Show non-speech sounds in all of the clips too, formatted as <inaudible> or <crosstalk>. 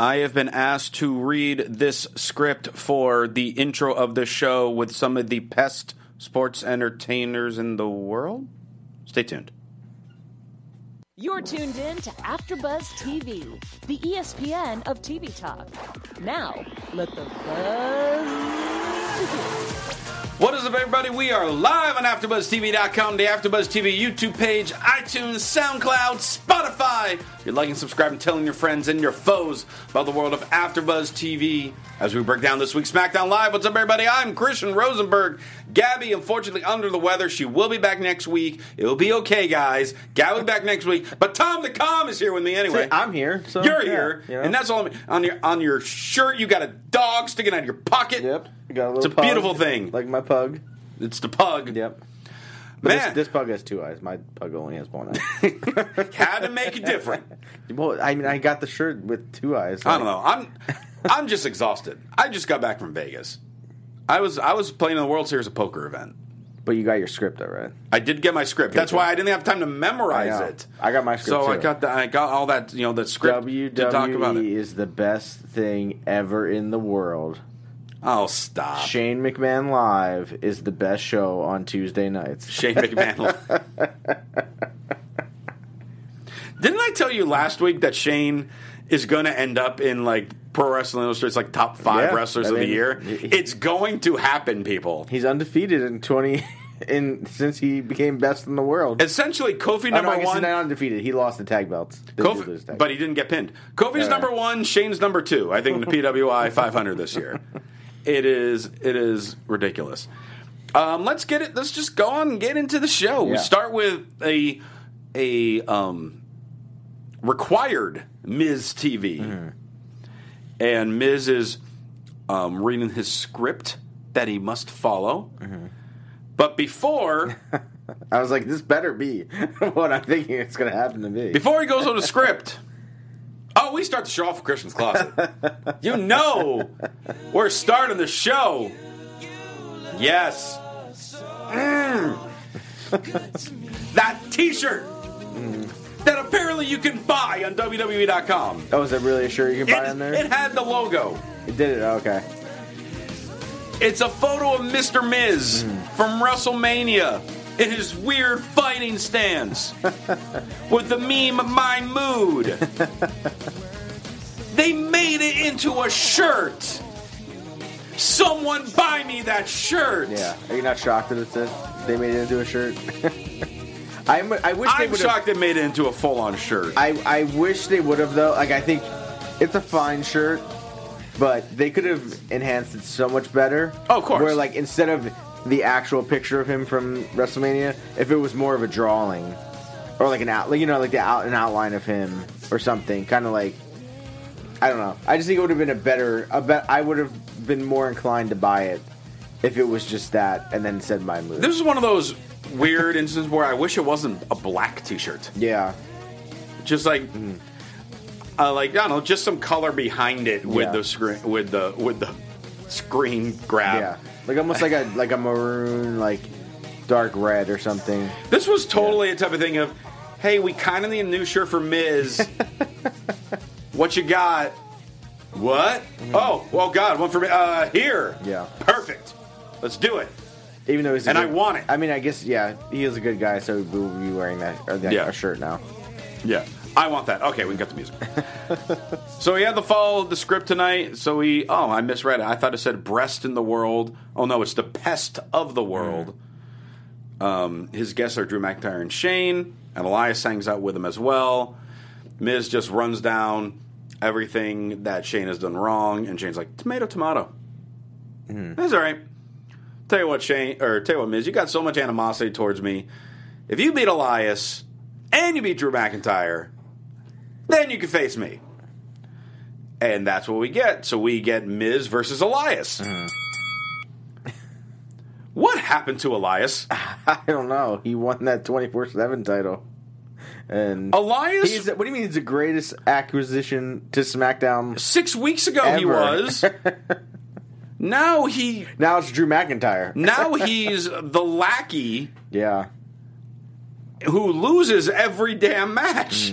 I have been asked to read this script for the intro of the show with some of the best sports entertainers in the world. Stay tuned. You're tuned in to AfterBuzz TV, the E ESPN of TV talk. Now, let the buzz begin. What is up, everybody? We are live on AfterBuzzTV.com, the AfterBuzz TV YouTube page, iTunes, SoundCloud, Spotify. If you're liking, subscribing, telling your friends and your foes about the world of AfterBuzz TV. As we break down this week's SmackDown Live, what's up, everybody? I'm Christian Rosenberg. Gabby, unfortunately, under the weather. She will be back next week. It'll be okay, guys. Gabby will be back next week. But Tom the Com is here with me anyway. Hey, I'm here. So You're yeah, here, you know. and that's all. I'm, on your on your shirt, you got a dog sticking out of your pocket. Yep. I Got a little It's a pug, beautiful thing. Like my pug. It's the pug. Yep. But Man, This, this pug has two eyes. My pug only has one <laughs> eye. had to make it different. well, I mean, I got the shirt with two eyes. I don't know. I'm I'm just exhausted. I just got back from Vegas. I was I was playing in the World Series of Poker event. But you got your script, all right? I did get my script. That's why I didn't have time to memorize I know. it. I got my script, So I too. got the, I got all that you know the script WWE to talk about it. E is the best thing ever in the world. Oh stop, Shane McMahon Live is the best show on Tuesday nights. Shane <laughs> McMahon. didn't I tell you last week that Shane is going to end up in like Pro Wrestling Illustrated's like top five Yeah, wrestlers I of the mean, year? he- he- it's going to happen, people. He's undefeated in 20 <laughs> in since he became best in the world. Essentially, Kofi Oh, no, number I guess one. he's not undefeated. He lost the tag belts. They did lose the Kofi, tag but he didn't get pinned. Kofi's Yeah. number one, Shane's number two. I <laughs> think in the PWI 500 this year. It is it is ridiculous. Um, let's get it. Let's just go on and get into the show. We Yeah. start with a a um, required Ms. TV, Mm-hmm. and Ms. is um, reading his script that he must follow. Mm-hmm. But <laughs> before I was like, this better be <laughs> what I'm thinking it's going to happen to me. Before he goes on the script, oh, we start the show off with Christian's closet. you know, we're starting the show. Yes. Mm. that T-shirt that apparently you can buy on WWE.com. oh, is that really a shirt you can buy on It, there? it had the logo. It did it. Okay. It's a photo of Mr. Miz from WrestleMania in his weird fighting stance with the meme of my mood. they made it into a shirt. Someone buy me that shirt. Yeah. Are you not shocked that it says they made it into a shirt? <laughs> I'm, I wish they I'm would shocked they made it into a full on shirt. I, I wish they would have though. Like I think it's a fine shirt, but they could have enhanced it so much better. Oh, of course. Where like instead of the actual picture of him from WrestleMania, if it was more of a drawing or like an out, like you know, like the out an outline of him or something, kind of like I don't know. I just think it would have been a better. I bet I would have been more inclined to buy it if it was just that and then said my move. this is one of those weird instances where I wish it wasn't a black t shirt. yeah. just like uh, like I don't know, just some color behind it with Yeah. the screen with the with the screen grab. Yeah, like almost like a like a maroon, like dark red or something. This was totally a type of thing of, hey, we kind of need a new shirt for <laughs> Miz. what you got? What? Oh, well, God, one for me. Uh, here. Mm-hmm. Yeah. Perfect. Let's do it. Even though he's a And I good- want it. I mean, I guess yeah, he is a good guy, so we'll be wearing that or that Yeah. a shirt now. Yeah. I want that. Okay, we can cut the music. so he had to follow the script tonight. So he, oh, I misread it. I thought it said breast in the world. Oh, no, it's the pest of the world. Um, his guests are Drew McIntyre and Shane, and Elias hangs out with him as well. Miz just runs down everything that Shane has done wrong, and Shane's like, tomato, tomato. That's all right. Tell you what, Shane, or tell you what, Miz, you got so much animosity towards me. If you beat Elias and you beat Drew McIntyre, then you can face me. And that's what we get. So we get Miz versus Elias. Mm-hmm. <laughs> What happened to Elias? I don't know. He won that twenty four seven title, and Oh, Elias, he's what do you mean? He's the greatest acquisition to SmackDown. six weeks ago he Ever. <laughs> was. now he, Now it's Drew McIntyre. now he's the lackey Yeah, who Mm-hmm. loses every damn match.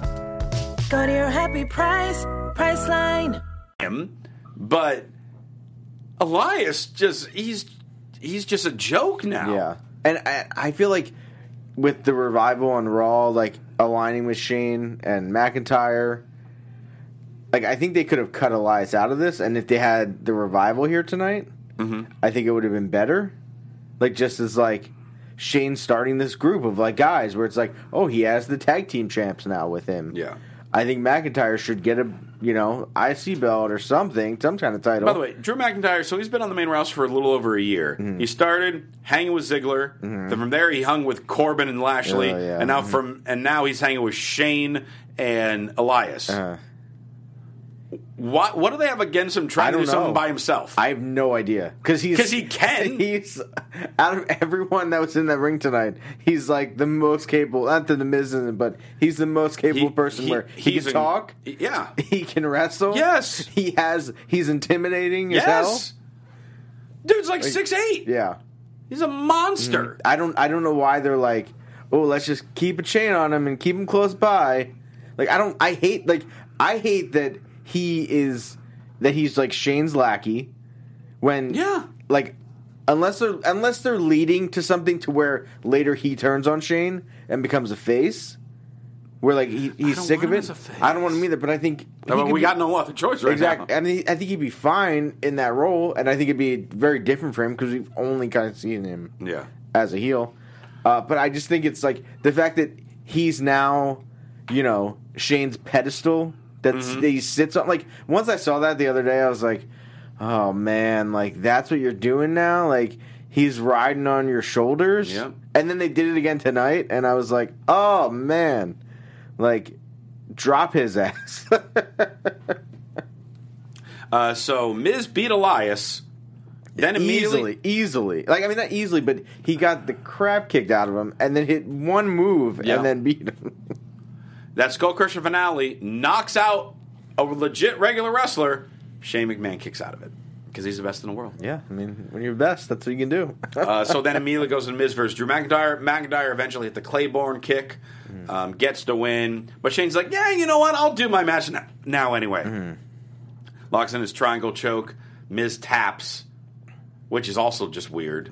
Go to your happy price, Priceline. him, but Elias just he's he's just a joke now. Yeah, and I, I feel like with the revival on Raw, like aligning with Shane and McIntyre, like I think they could have cut Elias out of this, and if they had the revival here tonight, Mm-hmm. I think it would have been better. Like just as like Shane starting this group of like guys, where it's like, oh, he has the tag team champs now with him. Yeah. I think McIntyre should get a you know IC belt or something, some kind of title. By the way, Drew McIntyre, so he's been on the main roster for a little over a year. Mm-hmm. He started hanging with Ziggler. Then from there he hung with Corbin and Lashley. Oh, yeah. And now from and now he's hanging with Shane and Elias. Uh-huh. What what do they have against him I trying to don't do something know. by himself? I have no idea because he's 'Cause he can. <laughs> He's out of everyone that was in that ring tonight. He's like the most capable. Not that the Miz isn't, but he's the most capable person. where he he's can a- talk, Yeah. <laughs> he can wrestle. Yes. he has. He's intimidating as Yes. hell. Dude's like six eight. Yeah, Mm-hmm. He's a monster. I don't. I don't know why they're like, oh, let's just keep a chain on him and keep him close by. Like I don't. I hate. Like I hate that he is that he's like Shane's lackey. When Yeah. like unless they're unless they're leading to something to where later he turns on Shane and becomes a face, where like he, he's don't sick want of him as it. a I don't want face. him either, but I think I he mean, could we be- got no other choice right exactly. now. I mean, I think he'd be fine in that role, and I think it'd be very different for him because we've only kind of seen him Yeah. as a heel. Uh, but I just think it's like the fact that he's now, you know, Shane's pedestal that s- Mm-hmm. that he sits on. Like once I saw that the other day, I was like, oh man, like that's what you're doing now. Like he's riding on your shoulders. Yep. And then they did it again tonight, and I was like, oh man, like drop his ass. <laughs> Uh, so Miz beat Elias. Then immediately, easily, easily. Like I mean, not easily, but he got the crap kicked out of him, and then hit one move, Yeah. and then beat him. that Skull Crusher finale knocks out a legit regular wrestler. Shane McMahon kicks out of it because he's the best in the world. Yeah, I mean, when you're the best, that's what you can do. Uh, so then immediately goes to Miz versus Drew McIntyre. McIntyre eventually hit the Claiborne kick, um, gets the win. But Shane's like, yeah, you know what? I'll do my match now, now anyway. Mm-hmm. Locks in his triangle choke. Miz taps, which is also just weird.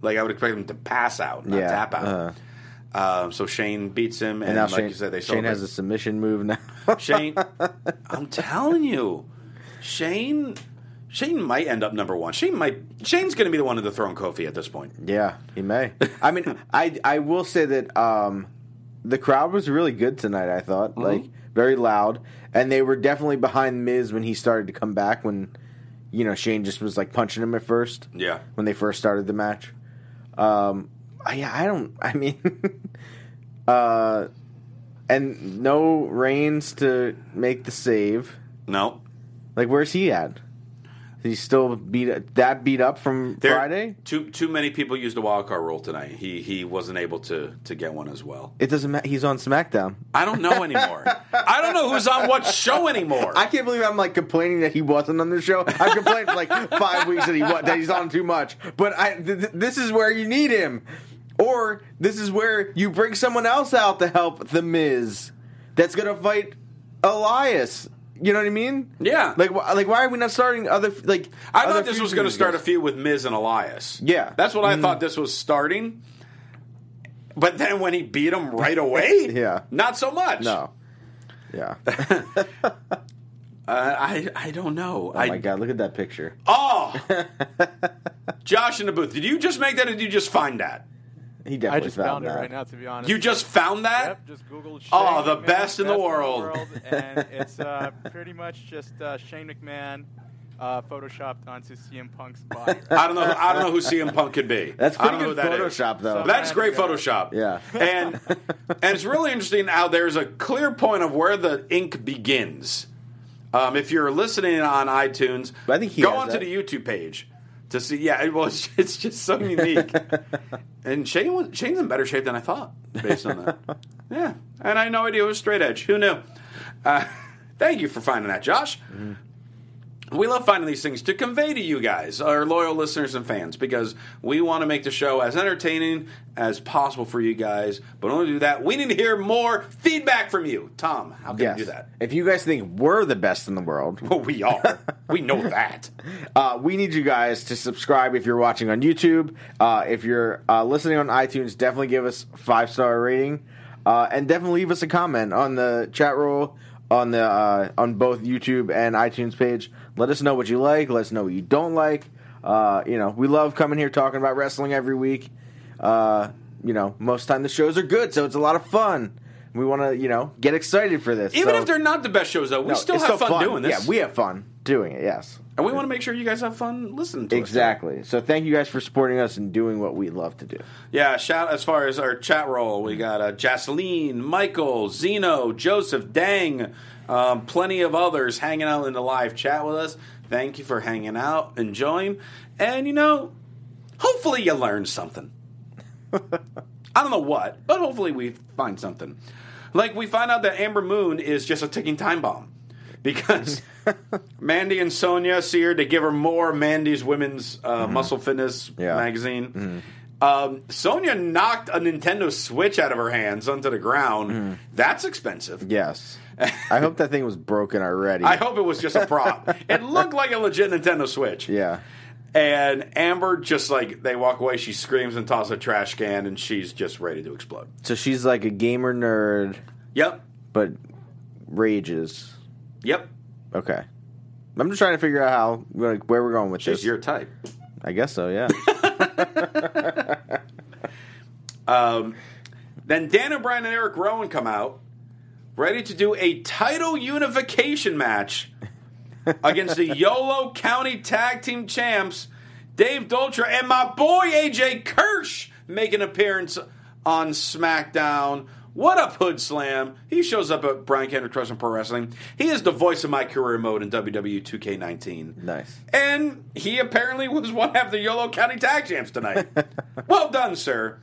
Like, I would expect him to pass out, not Mm. Yeah, tap out. uh-huh. Um, so Shane beats him, and, <laughs> and now like Shane, you said, they Shane has a submission move now. <laughs> <laughs> Shane, I'm telling you, Shane, Shane might end up number one. Shane might, Shane's going to be the one to dethrone Kofi at this point. yeah, he may. I mean, <laughs> I I will say that um, the crowd was really good tonight. I thought like very loud, and they were definitely behind Miz when he started to come back. When you know Shane just was like punching him at first. Yeah. when they first started the match. Um, I, yeah, I don't. I mean, <laughs> uh, and no Reigns to make the save. No, Like, where's he at? Is he still beat that beat up from There- Friday? Too too many people used the wild card rule tonight. He he wasn't able to to get one as well. It doesn't matter. He's on SmackDown. I don't know anymore. I don't know who's on what show anymore. I can't believe I'm like complaining that he wasn't on the show. I've complained for like <laughs> five weeks that he wa- that he's on too much. But I th- th- this is where you need him, or this is where you bring someone else out to help the Miz. That's gonna fight Elias. You know what I mean? Yeah. Like wh- like why are we not starting other f- like? I other thought this feud was going to teams start a against- feud with Miz and Elias. Yeah. Mm. that's what I thought this was starting. But then when he beat him right away, <laughs> Yeah. not so much. <laughs> No. Yeah. Uh, I I don't know. Oh I my god! Look at that picture. <laughs> Oh, Josh in the booth. Did you just make that, or did you just find that? He I definitely just found, found it that. right now, to be honest. You just found that. Yep, just Googled Shane Oh, the McMahon, best in the world. <laughs> and it's uh, pretty much just uh, Shane McMahon uh, photoshopped onto CM Punk's body. <laughs> I don't know. I don't know who CM Punk could be. That's I pretty don't know good who that is. Photoshop though. So- That's great Photoshop. Yeah. and and it's really interesting how there's a clear point of where the ink begins. Um, if you're listening on iTunes, But I think he go has onto that. the YouTube page to see. Yeah, it, well, it's, <laughs> it's just so <laughs> unique. and Shane was, Shane's in better shape than I thought based on that. <laughs> yeah, and I had no idea it was straight edge. Who knew? Uh, <laughs> thank you for finding that, Josh. We love finding these things to convey to you guys, our loyal listeners and fans, because we want to make the show as entertaining as possible for you guys. But only do that, we need to hear more feedback from you. Tom, how can Yes. we do that? If you guys think we're the best in the world, Well, we are. we <laughs> know that. Uh, we need you guys to subscribe if you're watching on YouTube. Uh, if you're uh, listening on iTunes, definitely give us five star rating, uh, and definitely leave us a comment on the chat roll on the uh, on both YouTube and iTunes page. Let us know what you like. Let us know what you don't like. Uh, you know, we love coming here talking about wrestling every week. Uh, you know, most time the shows are good, so it's a lot of fun. We want to, you know, get excited for this. Even so- if they're not the best shows, though, we No, still it's have fun, doing this. Yeah, we have fun doing it. Yes. and we want to make sure you guys have fun listening to us. Exactly. So thank you guys for supporting us and doing what we love to do. Yeah, shout as far as our chat roll, we got uh, Jocelyn, Michael, Zeno, Joseph, Dang, um, plenty of others hanging out in the live chat with us. Thank you for hanging out, enjoying, and you know, hopefully you learned something. I don't know what, but hopefully we find something. Like we find out that Amber Moon is just a ticking time bomb because Mandy and Sonia see her to give her more Mandy's Women's uh, Muscle Fitness Yeah. magazine. Um, Sonia knocked a Nintendo Switch out of her hands onto the ground. That's expensive. Yes. <laughs> I hope that thing was broken already. I hope it was just a prop. it looked like a legit Nintendo Switch. Yeah. And Amber just like they walk away, she screams and tosses a trash can, and she's just ready to explode. So she's like a gamer nerd, Yep. but rages. Yep. Okay. I'm just trying to figure out how like where we're going with She's this. your type. I guess so. Yeah. Then Dan O'Brien and Eric Rowan come out, ready to do a title unification match against the Yolo County Tag Team Champs, Dave Dolcher and my boy AJ Kirsch make an appearance on SmackDown. What up, Hood Slam? He shows up at Brian Kendrick Trust and Pro Wrestling. He is the voice of my career mode in E WWE 2K19. nice. And he apparently was one half of the Yolo County Tag Champs tonight. well done, sir.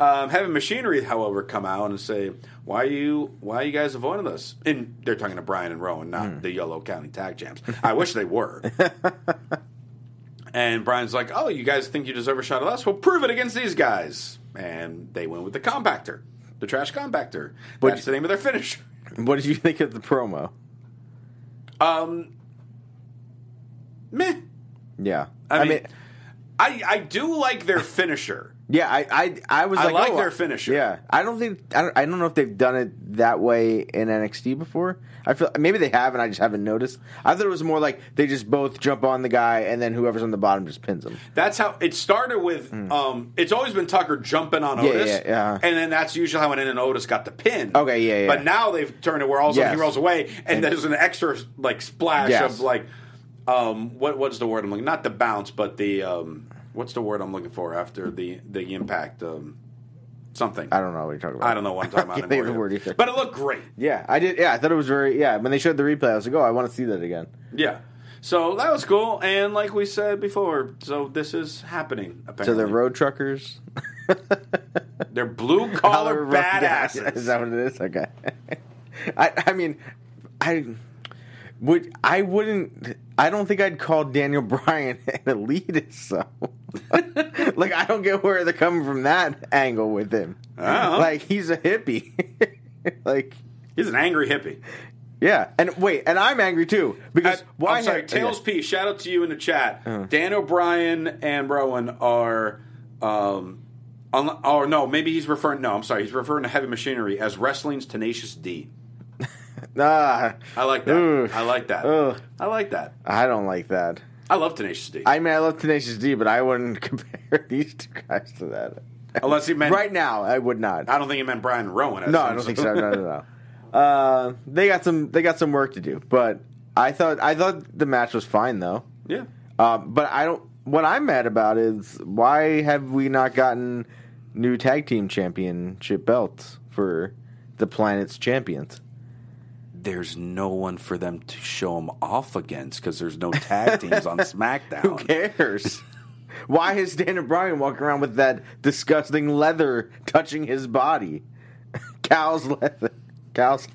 Um, having machinery, however, come out and say, "Why are you? Why are you guys avoiding us?" And they're talking to Brian and Rowan, not the Yolo County Tag Champs. I wish they were. and Brian's like, "Oh, you guys think you deserve a shot at us? Well, prove it against these guys." And they went with the compactor, the trash compactor. That's the name of their finisher. What did you think of the promo? Um, Meh. Yeah. I mean, I I do like their finisher. Yeah, I, I, I was I like, like oh, their finisher. Yeah, I don't think I don't, I don't know if they've done it that way in NXT before. I feel maybe they have, and I just haven't noticed. I thought it was more like they just both jump on the guy, and then whoever's on the bottom just pins him. That's how it started with. Um, it's always been Tucker jumping on Hmm. Yeah, Otis, yeah, yeah. and then that's usually how it ended. and Otis got the pin. Okay, yeah, yeah. But now they've turned it where all of a sudden Yes. he rolls away, and, And- there's an extra like splash Yes. of like, um, what what's the word I'm looking? Not the bounce, but the um, what's the word I'm looking for after the the impact? Um, something. I don't know what you're talking about. I don't know what I'm <laughs> talking about Can't think anymore. of the word either. either. But it looked great. Yeah, I did. Yeah, I thought it was very. Yeah, when they showed the replay, I was like, oh, I want to see that again. Yeah. So that was cool, and like we said before, so this is happening. Apparently, So the road truckers, they're blue collar Road guys. <laughs> badasses. Is that what it is? Okay. I, I mean, I would. I wouldn't. I don't think I'd call Daniel <laughs> Bryan an elitist. So, <laughs> like, I don't get where they're coming from that angle with him. Uh-huh. Like, he's a hippie. <laughs> like. He's an angry hippie. Yeah, and wait, and I'm angry too because At- why? Uh-huh. I'm sorry, have- Tails okay. P. Shout out to you in the chat. Dan O'Brien and Rowan are, um, un- oh no, maybe he's referring. No, I'm sorry, he's referring to Heavy Machinery as wrestling's Tenacious D. Ah, I like that. Ooh. I like that. Ugh. I like that. I don't like that. I love Tenacious D. I mean, I love Tenacious D, but I wouldn't <laughs> compare these two guys to that. Unless he meant Right now, I would not. I don't think he meant Brian Rowan. as No, I him, don't think so. No, no, no. <laughs> Uh, they got some. They got some work to do. But I thought. I thought the match was fine though. Yeah. Um, but I don't. What I'm mad about is why have we not gotten new tag team championship belts for the planet's champions? there's no one for them to show him off against because there's no tag teams <laughs> on SmackDown. Who cares? Why is Dan O'Brien walking around with that disgusting leather touching his body? <laughs> Cow's leather. Cow's.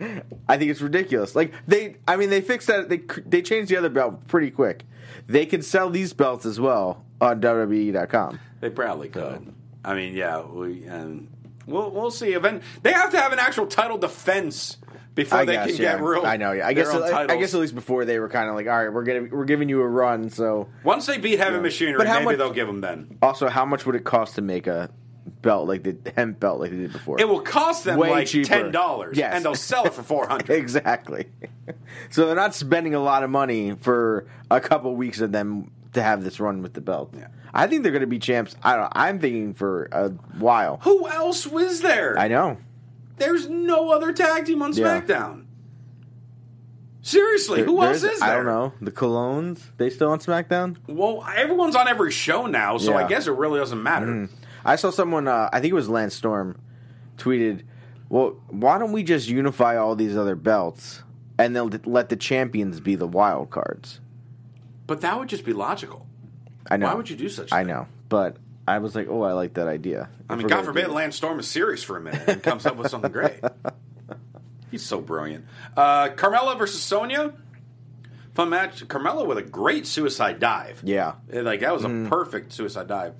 I think it's ridiculous. Like they, I mean, they fixed that. They they changed the other belt pretty quick. They can sell these belts as well on E WWE.com. They probably could. I mean, yeah, we um, we'll we'll see. Event they have to have an actual title defense before I they guess, can yeah. get real. I know. Yeah. I their guess. own I, I titles. guess at least before they were kind of like, all right, we're gonna we're giving you a run. So once they beat Heavy Machinery, But how maybe much- they'll give them then. also, how much would it cost to make a belt like the hemp belt like they did before? It will cost them Way like cheaper. ten dollars, Yes. and they'll sell it for four hundred. <laughs> Exactly. so they're not spending a lot of money for a couple weeks of them to have this run with the belt. Yeah. I think they're going to be champs. I don't. I'm thinking for a while. Who else was there? I know. There's no other tag team on Yeah. SmackDown. Seriously, who There- else there's- is there? I don't know. The Colognes. They still on SmackDown? Well, everyone's on every show now, so I Yeah. Mm. guess it really doesn't matter. I saw someone. Uh, I think it was Lance Storm, tweeted, "Well, why don't we just unify all these other belts and they'll d- let the champions be the wild cards?" But that would just be logical. I know. Why would you do such? I thing? know, but I was like, "Oh, I like that idea." I If mean, God we're gonna do forbid it. Lance Storm is serious for a minute and comes up with something <laughs> great. He's so brilliant. Uh, Carmella versus Sonya. Fun match. Carmella with a great suicide dive. Yeah. Mm. Eh, Like, that was a perfect suicide dive.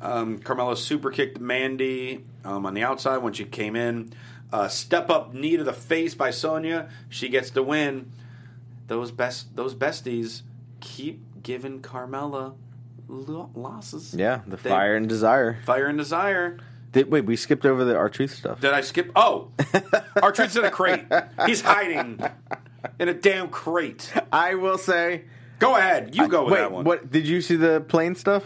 Um, Carmella super kicked Mandy um, on the outside when she came in. Uh, step up knee to the face by Sonya. She gets the win. Those best, those besties keep giving Carmella lo- losses. Yeah, the They- fire and desire. fire and desire. Did, wait, we skipped over the our truth stuff. Did I skip? Oh, our truth's in a crate. He's hiding in a damn crate. I will say. Go ahead, you go with wait, that one. what did you see the plane stuff?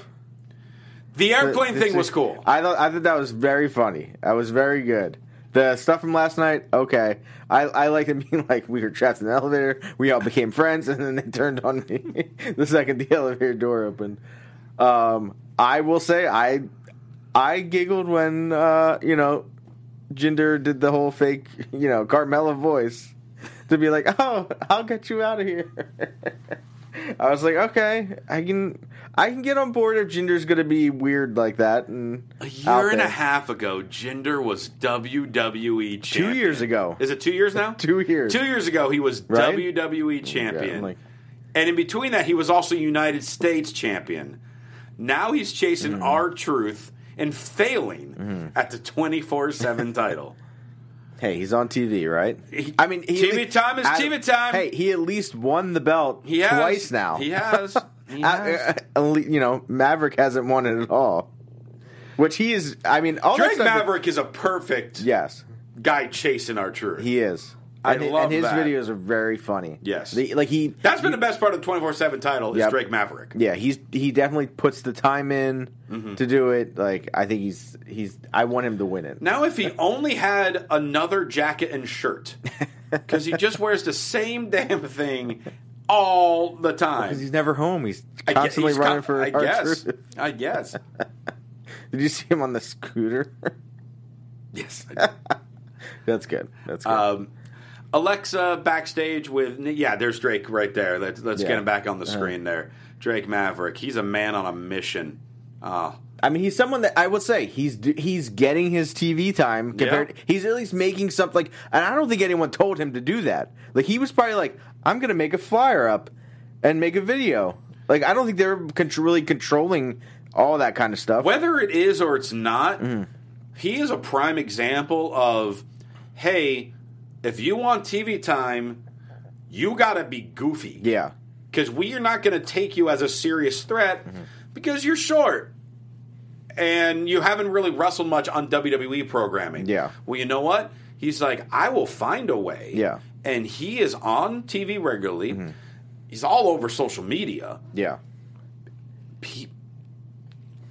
The airplane Did thing you- was cool. I thought I thought that was very funny. That was very good. The stuff from last night, okay. I, I liked it <laughs> being like we were trapped in the elevator, we all became friends, and then they turned on me <laughs> the second the elevator door opened. Um, I will say I I giggled when uh, you know Jinder did the whole fake you know Carmela voice to be like, oh, I'll get you out of here. <laughs> I was like, okay, I can I can get on board if Jinder's gonna be weird like that. And a out year and there. a half ago, Jinder was WWE champion. two years ago, Is it two years now? <laughs> Two years. Two years ago, he was Right? WWE Yeah, champion. I'm like- and in between that, he was also United States champion. Now he's Mm-hmm. chasing our truth and failing at the 24 <laughs> 7 title. hey, he's on TV, right? He- I mean, he TV time is TV time. Hey, he at least won the belt He has. twice now. He has. He <laughs> Uh, has. uh, uh, you know, Maverick hasn't won it at all. Which he is. I mean, all that Drake stuff- Maverick is a perfect yes, guy chasing our truth. he is. I and, love and his that. videos are very funny. Yes. The- like he That's been the best part of the 24 7 title is Yep. Drake Maverick. Yeah, he's he definitely puts the time in Mm-hmm. to do it. Like I think he's he's I want him to win it. Now, if he only had another jacket and <laughs> shirt, because he just wears the same damn thing all the time. Because he's never home. He's I gue- constantly he's running con- for I our guess. truth. I guess. <laughs> Did you see him on the scooter? <laughs> Yes. I do. That's good. That's good. Um, Alexa backstage with yeah, there's Drake right there. Let's let's Yeah. Uh-huh. get him back on the screen there. Drake Maverick, he's a man on a mission. Uh, I mean, he's someone that I would say he's d- he's getting his TV time compared. Yeah. He's at least making something. Like, and I don't think anyone told him to do that. Like, he was probably like, "I'm going to make a flyer up and make a video." Like, I don't think they're con- really controlling all that kind of stuff. whether it is or it's not, Mm. he is a prime example of hey, if you want TV time, you got to be goofy. yeah, Because we are not going to take you as a serious threat Mm-hmm. because you're short. And you haven't really wrestled much on WWE programming. Yeah. Well, you know what? He's like, I will find a way. Yeah. Mm-hmm. And he is on TV regularly. He's all over social media. yeah. Pe-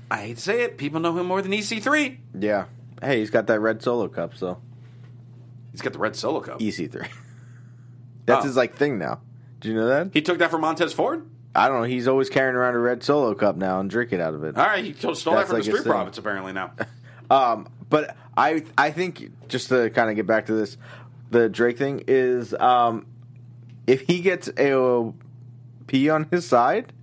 I hate to say it, people know him more than E EC3. Yeah. Hey, he's got that red solo cup, so He's got the red solo cup. EC3. That's Oh. his like thing now. Do you know that? He took that from Montez Ford. I don't know. He's always carrying around a red solo cup now and drinking out of it. All right, he t- stole that That's from like the his street thing. profits <laughs> apparently now. Um, but I I think just to kind of get back to this, the Drake thing is um, if he gets AOP on his side,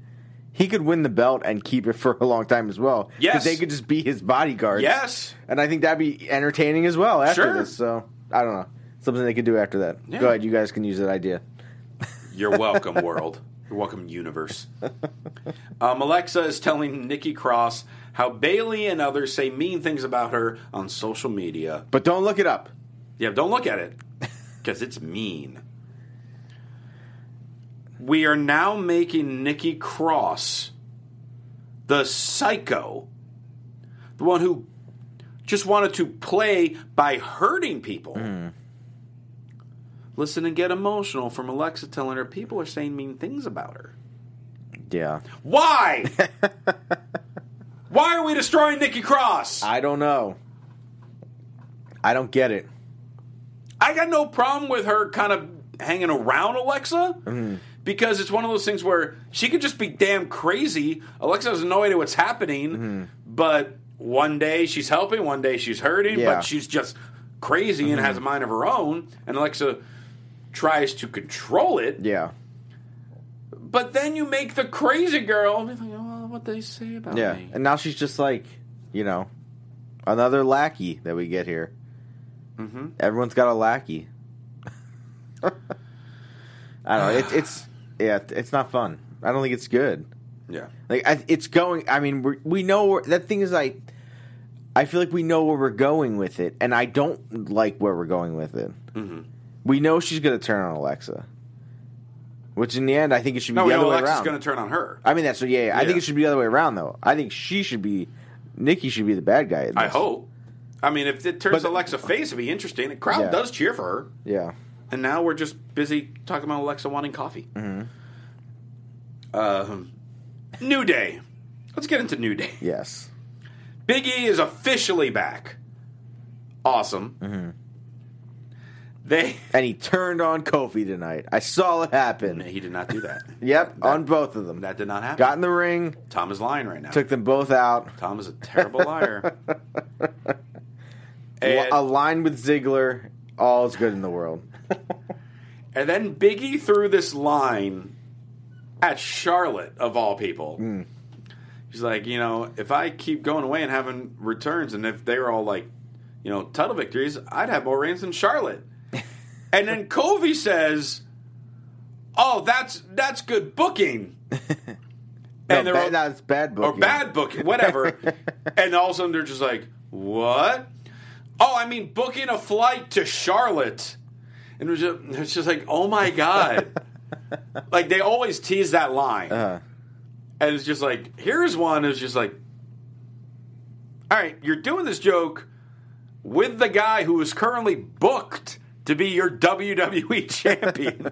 he could win the belt and keep it for a long time as well. 'Cause Yes. they could just be his bodyguards. Yes. and I think that'd be entertaining as well after Sure. this. So I don't know something they could do after that. Yeah. Go ahead, you guys can use that idea. You're welcome, world. You're welcome, universe. Um, Alexa is telling Nikki Cross how Bailey and others say mean things about her on social media. But don't look it up. Yeah, don't look at it because it's mean. We are now making Nikki Cross the psycho, the one who just wanted to play by hurting people. Listen and get emotional from Alexa telling her people are saying mean things about her. Yeah, Why? <laughs> Why are we destroying Nikki Cross? I don't know. I don't get it. I got no problem with her kind of hanging around Alexa Mm-hmm. because it's one of those things where she could just be damn crazy. Alexa has no idea what's happening, Mm-hmm. but one day she's helping, one day she's hurting, Yeah. Mm-hmm. but she's just crazy and has a mind of her own. And Alexa tries to control it, Yeah, but then you make the crazy girl be like, oh, what they say about yeah. me. And now she's just like, you know, another lackey that we get here. Mm-hmm. Everyone's got a lackey. <laughs> I don't know. It, it's yeah, it's not fun. I don't think it's good. yeah. Like I, it's going. I mean, we we know where, that thing is. Like, I feel like we know where we're going with it, and I don't like where we're going with it. Mm-hmm. We know she's going to turn on Alexa, which in the end, I think it should No, be the we other know way Alexa's around. going to turn on her. I mean, that's yeah, yeah. I think Yeah. it should be the other way around, though. I think she should be, Nikki should be the bad guy. in I this. hope. I mean, if it turns But- Alexa face, it'd be interesting. The crowd Yeah. does cheer for her. Yeah, and now we're just busy talking about Alexa wanting coffee. Um, New Day. Let's get into New Day. yes, Big E is officially back. Awesome. They. <laughs> and he turned on Kofi tonight. I saw it happen. He did not do that. Yep, on both of them. That did not happen. Got in the ring, Tom is lying right now. took them both out. Tom is a terrible liar. Al- and, aligned with Ziggler, all's good in the world. and then Big E threw this line at Charlotte, of all people. Hmm. She's like, you know, if I keep going away and having returns, and if they were all like, you know, title victories, I'd have more reigns than <laughs> Charlotte. and then Covey says, "Oh, that's that's good booking." <laughs> No, and they're ba- all, that's bad or booking. bad booking, whatever. and all of a sudden they're just like, "What?" Oh, I mean, booking a flight to Charlotte, and it was just, it's just like, "Oh my god!" like they always tease that line. Uh, And it's just like, here's one. It's just like, all right, you're doing this joke with the guy who is currently booked to be your WWE <laughs> champion.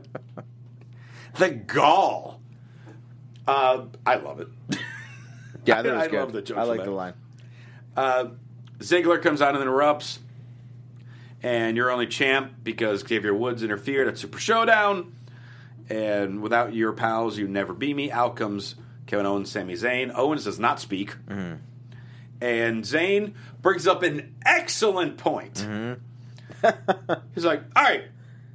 the gall. Uh, I love it. yeah, <laughs> that I was good. love the joke I for like that. the line. Ziggler comes out and interrupts, and you're only champ because Xavier Woods interfered at Super Showdown. And without your pals, you never be me. Out comes Kevin Owens, Sami Zayn. Owens does not speak. And Zayn brings up an excellent point. He's like, all right,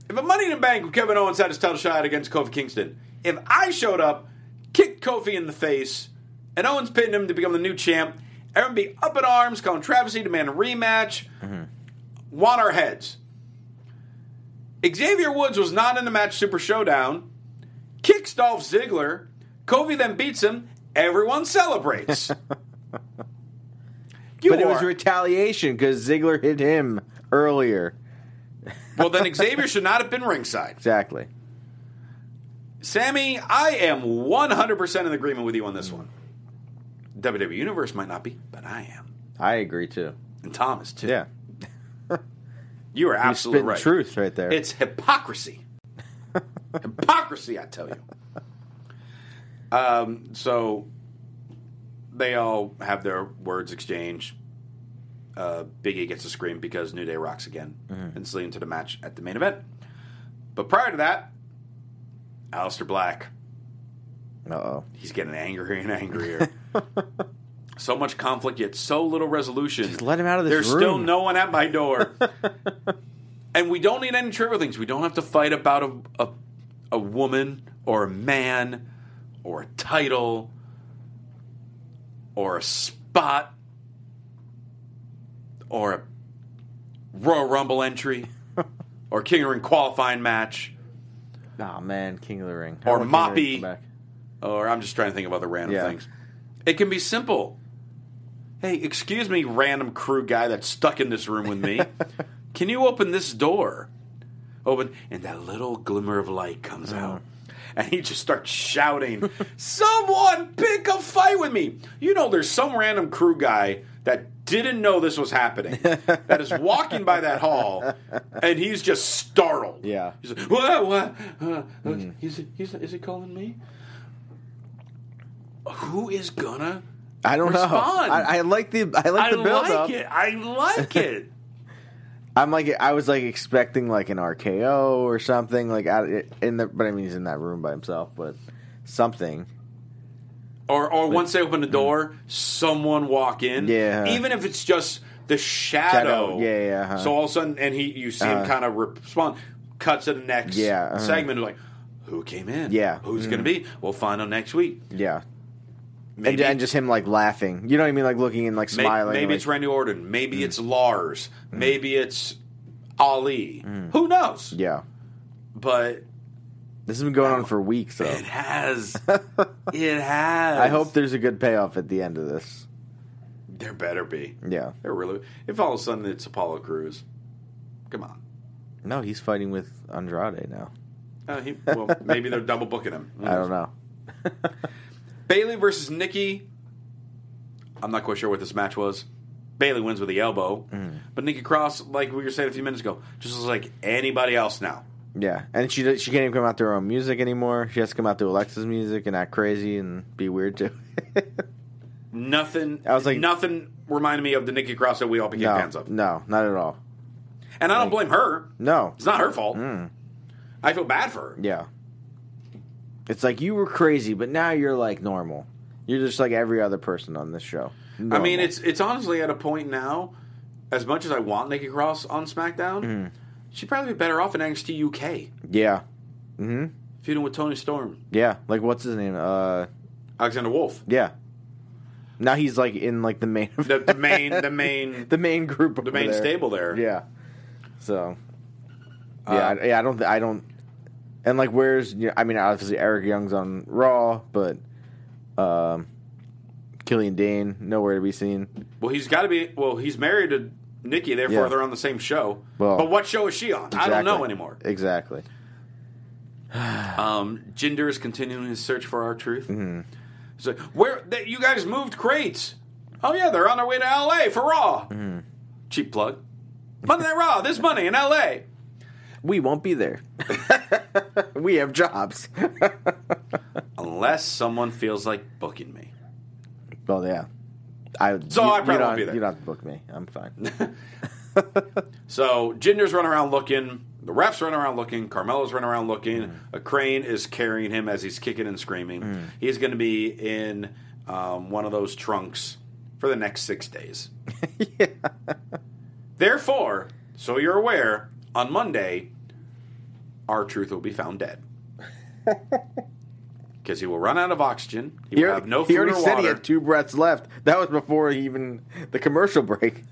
if a Money in the Bank with Kevin Owens had his title shot against Kofi Kingston, if I showed up, kicked Kofi in the face, and Owens pinned him to become the new champ, everyone be up in arms, calling Travesty, demand a rematch, Mm-hmm. want our heads. Xavier Woods was not in the match Super Showdown, kicks Dolph Ziggler, Kofi then beats him, everyone <laughs> celebrates. You But it was are- retaliation because Ziggler hit him earlier. well, then Xavier should not have been ringside. Exactly. Sammy, I am 100% in agreement with you on this one. WWE Universe might not be, but I am. I agree too. And Thomas, too. Yeah, You are you absolutely spitting right. truth right there. It's <laughs> hypocrisy. hypocrisy, I tell you. Um, so they all have their words exchanged. Uh, Biggie gets a scream because New Day rocks again Mm-hmm. and Celine to the match at the main event. But prior to that, Aleister Black uh oh. he's getting angrier and angrier. so much conflict, yet so little resolution. Just let him out of this There's room. still no one at my door. and we don't need any trivial things. We don't have to fight about a a, a woman or a man or a title or a spot or a Royal Rumble entry or King of the Ring qualifying match. Nah, man, King of the Ring Or I want King of the Ring to Moppy. come back. or I'm just trying to think of other random Yeah. things. It can be simple. Hey, excuse me, random crew guy that's stuck in this room with me. can you open this door? Open, and that little glimmer of light comes Uh-huh. out. And he just starts shouting, <laughs> Someone pick a fight with me! You know, there's some random crew guy that didn't know this was <laughs> happening, that is walking by that hall, and he's just startled. Yeah. Mm-hmm. He's like, What? What? Uh, he's, he's, is he calling me? who is gonna I don't know. respond? I, I like the I I like the build like up. it. I <laughs> like it. I'm like I was like expecting like an RKO or something like out in the but I mean he's in that room by himself but something. or or once they open the door, someone walk in. mm. Yeah. Even if it's just the shadow. Shadow. Yeah, yeah, uh-huh. So all of a sudden, and he you see him Uh-huh. kind of respond. Cut to the next Yeah, uh-huh. segment. Like, who came in? Yeah. Mm. Who's gonna be? We'll find out next week. Yeah. And, Maybe and just him like laughing. You know what I mean like looking and like may- smiling. maybe like- mm. it's Randy Orton. Maybe it's Lars. Maybe it's Ali. Who knows? Mm. Yeah. But This has been going on for weeks though. it <laughs> has. it has. I hope there's a good payoff at the end of this. There better be. Yeah. There really. If all of a sudden it's Apollo Cruz, come on. No, he's fighting with Andrade now. Uh, he, well, maybe they're double booking him. I don't know. Bailey versus Nikki. I'm not quite sure what this match was. Bailey wins with the elbow, Mm. but Nikki Cross, like we were saying a few minutes ago, just looks like anybody else now. Yeah, and she does- she can't even come out to her own music anymore. She has to come out to Alexa's music and act crazy and be weird too. <laughs> Nothing. I was like- nothing reminded me of the Nikki Cross that we all became no, fans of, no, not at all. and I don't blame her. No, It's not her fault. I feel bad for her. Mm. yeah, it's like you were crazy, but now you're like normal. You're just like every other person on this show. I Normal. mean, it's it's honestly at a point now. As much as I want Nikki Cross on SmackDown, Mm. she'd probably be better off in NXT UK yeah, feuding with Tony Storm, yeah. Like what's his name? Uh, Alexander Wolf, yeah. Now he's like in like the main <laughs> the, the main the main the main group, the main stable there. Yeah. So. Uh, yeah, I, yeah, I don't, thi- I don't, and like, where's? You know, I mean, obviously Eric Young's on Raw, but um, Killian Dane nowhere to be seen. Well, he's got to be. Well, he's married to Nikki, therefore Yeah. they're on the same show. Well, but what show is she on? I don't Exactly. know anymore. Exactly. Um, Jinder is continuing his search for our truth. Mm-hmm. He's like, where that you guys moved crates? Oh yeah, they're on their way to L.A. for Raw. Mm-hmm. Cheap plug. Monday Night Raw this Monday in L.A. We won't be there. <laughs> we have jobs. unless someone feels like booking me. well, yeah. I So I probably you don't, won't be there. You don't have to book me. I'm fine. So Ginger's running around looking, the refs running around looking, Carmelo's running around looking. Mm. A crane is carrying him as he's kicking and screaming. He's going to be in um, one of those trunks for the next six <laughs> days. Therefore, so you're aware, on Monday, our truth will be found <laughs> dead. Because he will run out of oxygen. He will have no food he already or said water. he had two breaths left. That was before even the commercial break.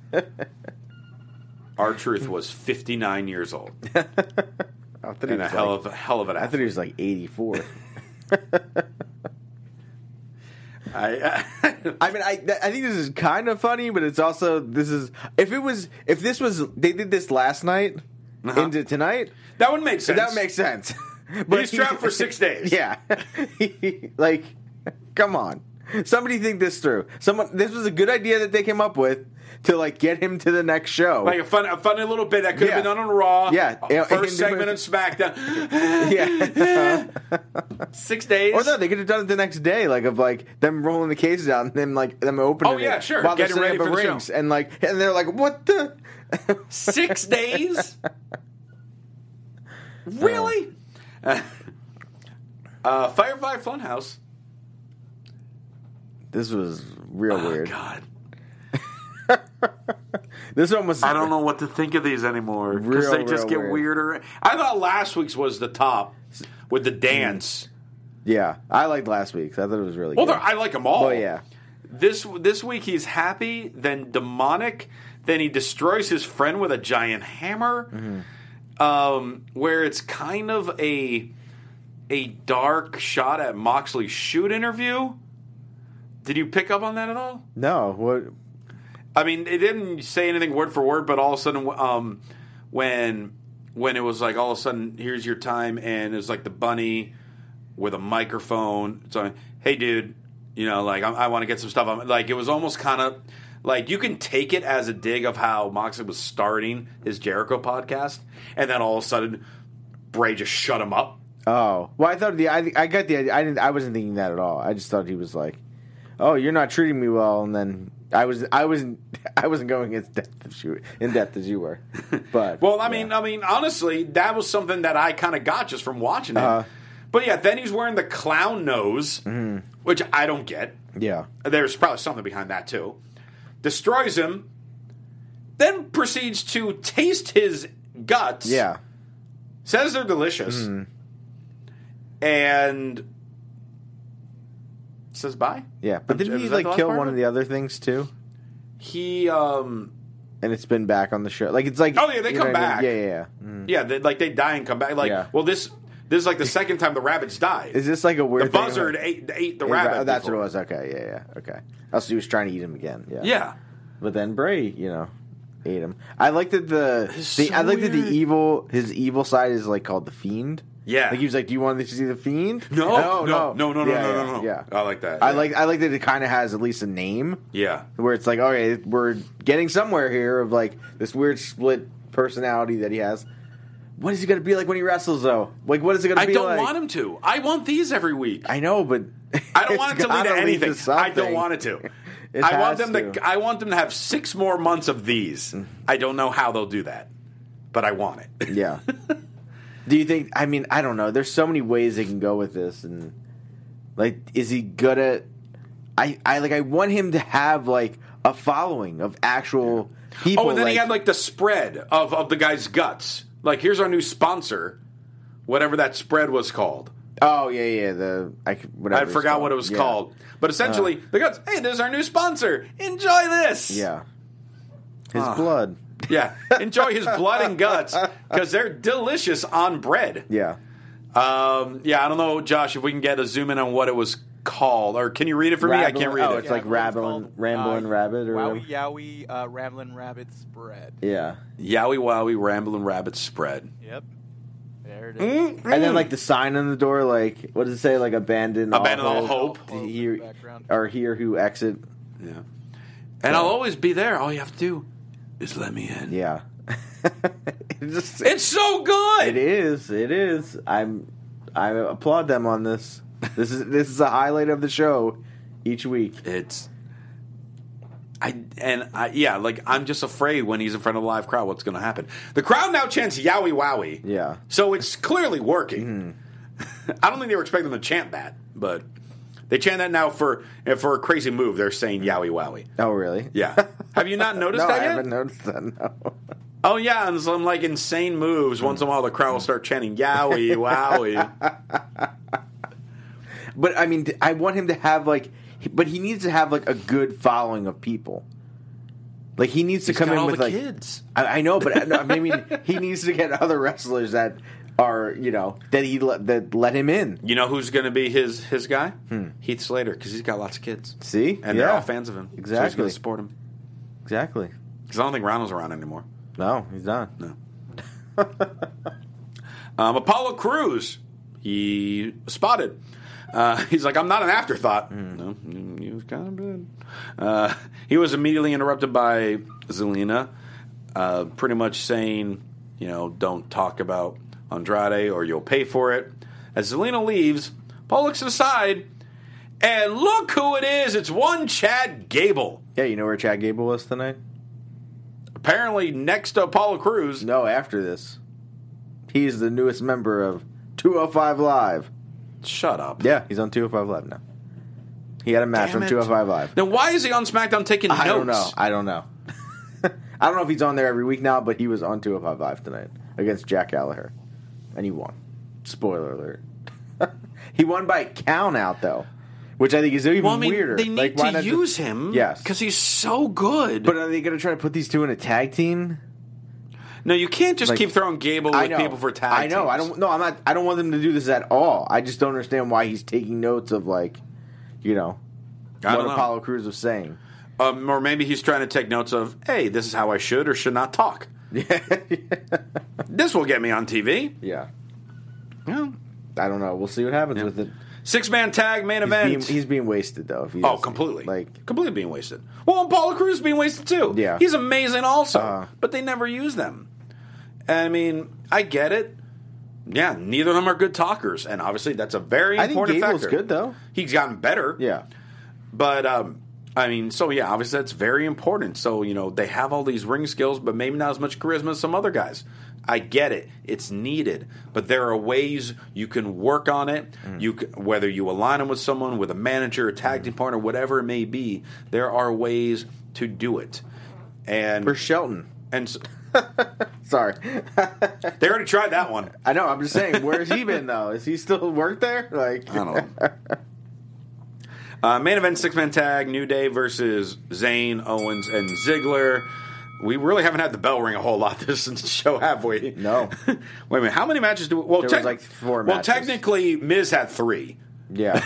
Our truth was 59 years <laughs> old I thought he and a was hell like- of hell of an I athlete. thought he was like <laughs> 84. I, I, I mean, I th- I think this is kind of funny, but it's also this is if it was if this was they did this last night Uh-huh. into tonight that would make sense. that would make sense. <laughs> He's trapped for six days. Yeah, <laughs> like come on, somebody think this through. Someone this was a good idea that they came up with to like get him to the next show. like a fun, a funny little bit that could Yeah. have been done on Raw. Yeah. Yeah, and- first segment on SmackDown. <laughs> <laughs> <gasps> yeah, Six days. or no, they could have done it the next day, like of like them rolling the cases out and them like them opening. Oh, yeah, it sure. While they're Getting setting ready up for the rings show. and like and they're like, what the. <laughs> Six days. Uh, really? <laughs> uh, Firefly Funhouse. This was real Oh weird. God. This one was. I don't know what to think of these anymore because Real, they just real get weird. weirder. I thought last week's was the top with Mm. the dance. Yeah, I liked last week's. I thought it was really. Well, good. they're- I like them all. Oh yeah. This this week he's happy, then demonic, then he destroys his friend with a giant hammer. Um, where it's kind of a a dark shot at Moxley's shoot interview. Did you pick up on that at all? No. What? I mean, it didn't say anything word for word, but all of a sudden, um, when when it was like all of a sudden, here's your time, and it was like the bunny with a microphone. So, hey, dude, you know, like I, I want to get some stuff. i like it was almost kind of like you can take it as a dig of how Moxley was starting his Jericho podcast, and then all of a sudden, Bray just shut him up. Oh. Well, I thought the. I, I got the idea. I didn't. I wasn't thinking that at all. I just thought he was like, "Oh, you're not treating me well," and then. I was I wasn't <laughs> I wasn't going as depth as you in depth as you were, <laughs> but Well, I mean, I mean, honestly, that was something that I kind of got just from watching it. Uh-huh. But yeah, then he's wearing the clown nose, Mm-hmm. which I don't get. yeah, There's probably something behind that too. Destroys him, then proceeds to taste his guts. yeah, Mm-hmm. says they're delicious, and says bye. yeah. But didn't Was he that the like last kill part one of of it? the other things too? He, um, And it's been back on the show. Like it's like Oh, yeah, they you know come what I mean? back. Yeah, yeah, Mm. yeah. yeah, they, like they die and come back. Like, Yeah. well, this this is like the second time the rabbits died. Is this like a weird the thing? buzzard Like- ate, ate the Hey, rabbit. ra- That's what before. it was. Okay, yeah, yeah, okay. Also, he was trying to eat him again. Yeah, Yeah. But then Bray, you know, ate him. I like that the, It's the so I like that the weird. evil his evil side is like called the fiend. Yeah. like he was like, "Do you want to see the fiend?" No, no, no, no, no, Yeah, no, no, yeah, no. Yeah, I like that. I yeah. like I like that it kind of has at least a name Yeah. where it's like, okay, we're getting somewhere here of like this weird split personality that he has. What is he gonna be like when he wrestles though? Like, what is it gonna I be don't like? want him to. I want these every week. I, I know, but don't <laughs> want it's it to lead gotta to anything. I don't something. want it to. <laughs> It I want has them to. to. Mm. I want them to have six more months of these. I don't know how they'll do that, but I want it. Yeah. <laughs> Do you think? I mean, I don't know. There's so many ways they can go with this, and like, is he gonna? I I like. I want him to have like a following of actual people. oh, and then he had like the spread of of the guy's guts. Like here's our new sponsor, whatever that spread was called. Oh yeah, yeah. The I c- whatever I it's forgot called. what it was Yeah. Uh. called, but essentially the guts. Hey, there's our new sponsor. Enjoy this. Yeah. His Ah. blood. Yeah, enjoy his blood and guts because they're delicious on bread. Yeah. Um, yeah, I don't know, Josh, if we can get a zoom in on what it was called, or can you read it for me? I can't Rabbling- read oh, it. it's like rabbling, rabbling, rambling rabbit or uh, Wowie whatever. Yowie uh, Ramblin' Rabbit Spread. Yeah. Yowie Wowie Ramblin' Rabbit Spread. Yep. There it is. Mm-hmm. And then like the sign on the door, like what does it say? Like abandon, Abandon all hope. Hope in the Here, background. or here who exit. Yeah. And I'll always be there. All you have to do is let me in. Yeah. <laughs> it just It's so good. It is. It is. I'm. I applaud them on this. This is this is a highlight of the show each week. It's. I and I yeah, like I'm just afraid when he's in front of a live crowd, what's going to happen? The crowd now chants Yowie Wowie. Yeah. So it's clearly working. <laughs> I don't think they were expecting them to chant that, but they chant that now for for a crazy move. They're saying Yowie Wowie. Oh, really? <laughs> Yeah. Have you not noticed No, I that yet? haven't noticed that. No. <laughs> Oh yeah, and some like insane moves. Once in a while, the crowd will start chanting <laughs> "Yowie, Wowie." But I mean, I want him to have like, but he needs to have like a good following of people. Like he needs to come got in all with the like kids. I, I know, but I, no, I mean, <laughs> he needs to get other wrestlers that are you know that he let, that let him in. You know who's going to be his his guy? Heath Slater, because he's got lots of kids. Hmm. See, and they're all fans of him. so he's going Exactly. to support him. Exactly. Because I don't think Ronald's around anymore. No, he's not. No. um, Apollo Cruz, he spotted. Uh, <laughs> he's like, I'm not an afterthought. Hmm. No, mm, he was kind of bad. Uh, he was immediately interrupted by Zelina, uh, pretty much saying, you know, don't talk about Andrade or you'll pay for it. As Zelina leaves, Paul looks to the side, and look who it is. It's one Chad Gable. Yeah, you know where Chad Gable was tonight? Apparently, next to Apollo Cruz, No, after this. He's the newest member of 205 Live. shut up. Yeah, he's on 205 Live now. He had a match Damn on it. 205 Live. Then why is he on SmackDown taking I notes? don't know. <laughs> I don't know. I don't know if he's on there every week now, but he was on 205 Live tonight against Jack Gallagher. And he won. Spoiler alert. <laughs> he won by count out, though, which I think is even Well, I mean, weirder. they need Like, why to not just- use him. Yes. because he's so good. uh, But are they going to try to put these two in a tag team? No, you can't just Like, keep throwing Gable I with know. people for tag. I know. I teams. don't. No, I'm not. I don't want them to do this at all. I just don't understand why he's taking notes of like, you know, I what don't know. Apollo Cruz was saying. Um, or maybe he's trying to take notes of, hey, this is how I should or should not <laughs> talk. this will get me on TV. Yeah. Yeah. I don't know. We'll see what happens with it. Six man tag main He's event. being, he's being wasted though. If he oh, is, completely. Like, completely being wasted. Well, and Paula Cruz is being wasted too. Yeah. He's amazing also, Uh-huh. but they never use them. And I mean, I get it. Yeah, neither of them are good talkers, and obviously that's a very I think important Gable's factor. good, though. He's gotten better. yeah, But um, I mean, so yeah, obviously that's very important. So you know, they have all these ring skills, but maybe not as much charisma as some other guys. I get it; it's needed, but there are ways you can work on it. You c whether you align them with someone, with a manager, a tag team partner, whatever it may be, there are ways to do it. And for Shelton. and s Sorry, they already tried that one. I know. I'm just saying. Where's he been though? Is he still work there? Like, I don't know. Uh, main event six man tag New Day versus Zayn, Owens, and Ziggler. We really haven't had the bell ring a whole lot <laughs> this show, have we? No. <laughs> Wait a minute. How many matches do we? Well, There was like four Well, matches. technically, Miz had three. <laughs> yeah,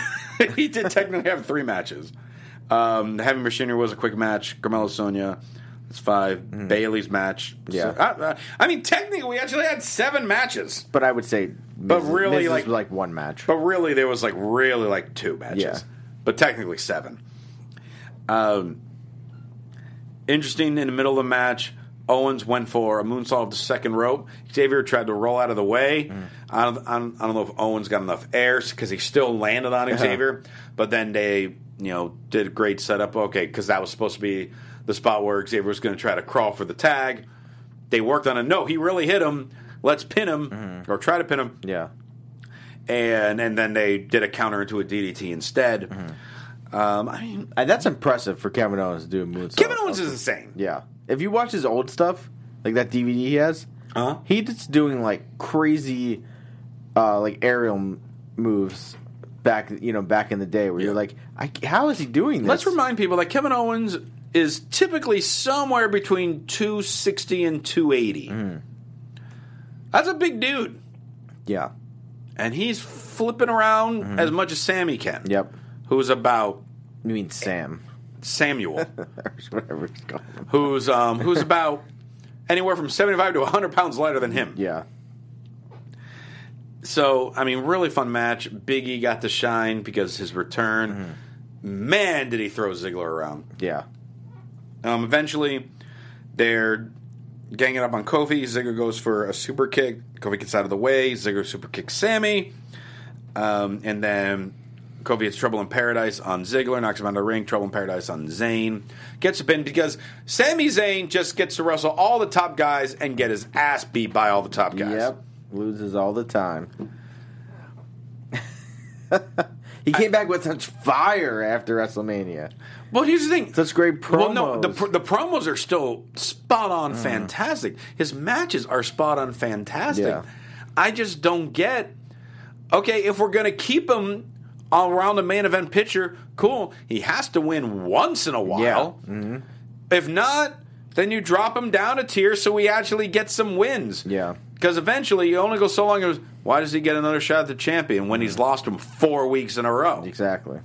he did technically have three matches. Um, the Heavy Machinery was a quick match. Carmelo Sonia, that's 5 Bailey's match. Mm-hmm. Yeah. So- I- I- I mean, technically, we actually had seven matches. but I would say, But Miz- really, Miz is like- like one match. But really, there was like really like two matches, Yeah. but technically seven. Um, interesting. In the middle of the match, Owens went for a moonsault of the second rope. Xavier tried to roll out of the way. I, don't, I don't. I don't know if Owens got enough air because he still landed on Xavier. But then they, you know, did a great setup. Okay, because that was supposed to be the spot where Xavier was going to try to crawl for the tag. They worked on a no. He really hit him. Let's pin him or try to pin him yeah, and and then they did a counter into a DDT instead. Mm-hmm. Um, I mean, And that's impressive for Kevin Owens to do a moonsault. Kevin Owens is insane. Yeah. If you watch his old stuff, like that DVD he has, Uh-huh. he's doing like crazy, uh, like aerial m- moves back, you know, back in the day where you're Yeah. like, I, how is he doing this? Let's remind people that Kevin Owens is typically somewhere between 260 and 280. Mm-hmm. That's a big dude, Yeah. and he's flipping around as much as Sammy can. Mm-hmm. Yep. who's about You mean <laughs> Sam? <laughs> Samuel, Whatever it's called. who's um, who's about anywhere from 75 to 100 pounds lighter than him. Yeah. So, I mean, really fun match. Biggie got to shine because his return. Man, did he throw Ziggler around. Yeah. Um, eventually, they're ganging up on Kofi. Ziggler goes for a super kick. Kofi gets out of the way. Ziggler super kicks Sammy. Um, and then Kofi hits Trouble in Paradise on Ziggler, knocks him out of the ring. Trouble in Paradise on Zayn. Gets a pin because Sammy Zayn just gets to wrestle all the top guys and get his ass beat by all the top guys. Yep. Loses all the time. <laughs> he came back with such fire after WrestleMania. Well, here's the thing. Such great promos. Mm. Well, no, the, pr- the promos are still spot on fantastic. His matches are spot on fantastic. Yeah. I just don't get. Okay, if we're going to keep him all around the main event picture, cool. He has to win once in a while. Mm-hmm. If not, then you drop him down a tier so we actually get some wins. Yeah. Because eventually you only go so long as why does he get another shot at the champion when Mm. he's lost him four weeks in a row? Exactly.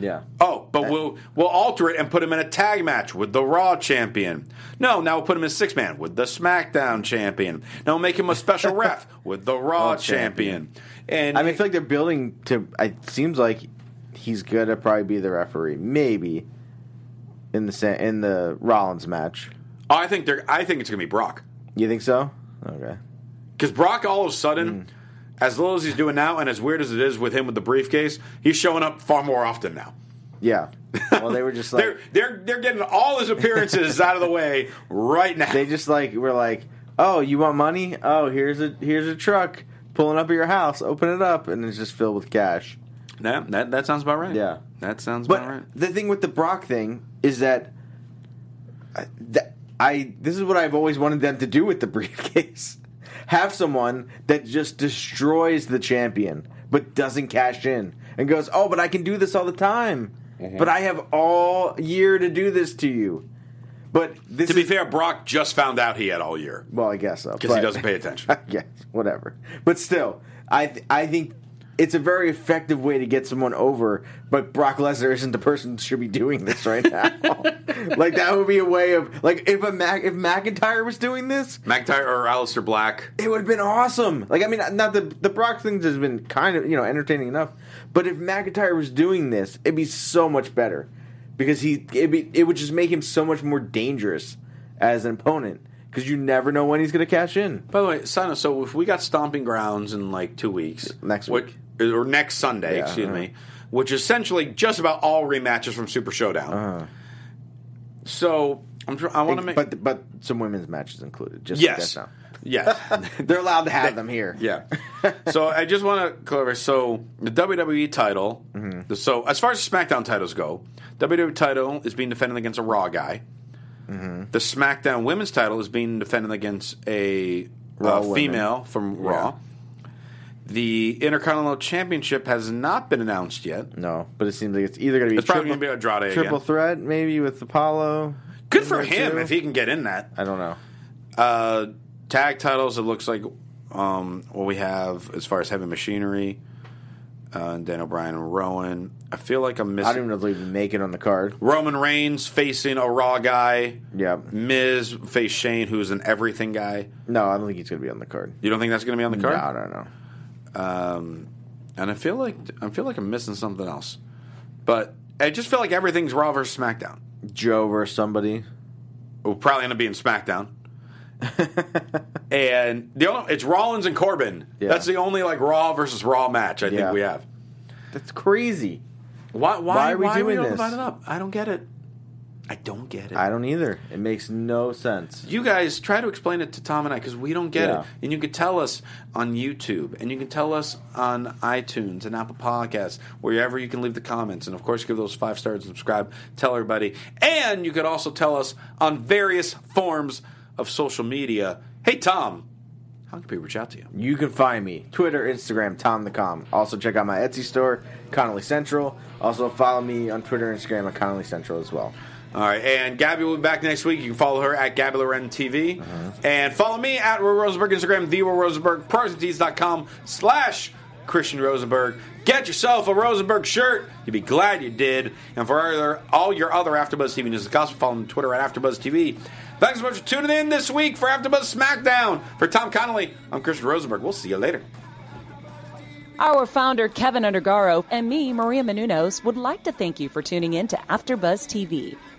Yeah. Oh, Uh, but we'll we'll alter it and put him in a tag match with the Raw champion. No, now we'll put him in six man with the SmackDown champion. Now we'll make him a <laughs> special ref with the Raw Raw champion. champion. And I mean, I feel like they're building to. It seems like he's gonna probably be the referee, maybe in the sa- in the Rollins match. oh, I think they're I think it's gonna be Brock You think so? Okay. because Brock all of a Mm. sudden, as little as he's doing now, and as weird as it is with him with the briefcase, he's showing up far more often now. Yeah. Well, they <laughs> were just like They're they're they're getting all his appearances out of the way right now. they just like were like, oh, you want money? Oh, here's a here's a truck pulling up at your house. Open it up, and it's just filled with cash. Yeah, that that sounds about right. Yeah. that sounds But about right. the thing with the Brock thing is that I- that I this is what I've always wanted them to do with the <laughs> briefcase. Have someone that just destroys the champion but doesn't cash in and goes, "Oh, but I can do this all the time. Mm-hmm. But I have all year to do this to you." But this To be is, fair, Brock just found out he had all year well, I guess so because he but- doesn't pay <laughs> attention. yes, whatever. But still, I th- I think it's a very effective way to get someone over. But Brock Lesnar isn't the person who should be doing this right now. like that would be a way of like if a Mac- if McIntyre was doing this, McIntyre or Aleister Black. it would have been awesome. Like I mean, not the the Brock thing has been kind of you know entertaining enough. But if McIntyre was doing this, it'd be so much better because he it'd be, it would just make him so much more dangerous as an opponent because you never know when he's going to cash in. By the way, Sano, so if we got Stomping Grounds in like two weeks, Next what- week. or next Sunday, Yeah, uh-huh. excuse yeah. me, which is essentially just about all rematches from Super Showdown. So I'm tr- I want to make Uh-huh. but but some women's matches included. Just yes, so you guys yes, know. they're allowed to have them here. yeah. <laughs> So I just want to clarify. So the WWE title. Mm-hmm. So as far as SmackDown titles go, WWE title is being defended against a Raw guy. Mm-hmm. The SmackDown Women's title is being defended against a Raw uh, women. female from Raw. The Intercontinental Championship has not been announced yet. No, but it seems like it's either going to be It's probably gonna be Andrade triple again. threat, maybe with Apollo. Good for Number him two. if he can get in that. I don't know. Uh, tag titles. It looks like um, what we have as far as heavy machinery, uh, Dan O'Brien and Rowan. I feel like I'm I missing don't even know if they even make it on the card. Roman Reigns facing a Raw guy. Yeah, Miz face Shane, who's an everything guy. no, I don't think he's going to be on the card. You don't think that's going to be on the No, I card? don't know. Um, and I feel like I feel like I'm missing something else. But I just feel like everything's Raw versus SmackDown. Joe versus somebody. We'll probably end up being <laughs> SmackDown. and the only, it's Rollins and Corbin. Yeah. That's the only like Raw versus Raw match I Yeah. think we have. That's crazy. Why? Why, Why are we why doing all this? divided up? I don't get it. I don't get it. I don't either. It makes no sense. you guys try to explain it to Tom and I because we don't get Yeah. it. And you can tell us on YouTube, and you can tell us on iTunes and Apple Podcasts, wherever you can leave the comments. And of course, give those five stars and subscribe. Tell everybody. And you could also tell us on various forms of social media. Hey, Tom, how can people reach out to you? You can find me Twitter, Instagram, Tom the Com. Also check out my Etsy store, Connolly Central. Also follow me on Twitter, and Instagram at Connolly Central as well. All right, and Gabby will be back next week. You can follow her at Gabby Loren TV. And follow me at Will Rosenberg, Instagram, the Will Rosenberg, prosentees.com slash Christian Rosenberg. Get yourself a Rosenberg shirt. You'll be glad you did. And for other, all your other AfterBuzz TV news and gossip, follow me on Twitter at AfterBuzz TV. Thanks so much for tuning in this week for AfterBuzz SmackDown. For Tom Connolly, I'm Christian Rosenberg. We'll see you later. Our founder, Kevin Undergaro, and me, Maria Menounos, would like to thank you for tuning in to AfterBuzz TV.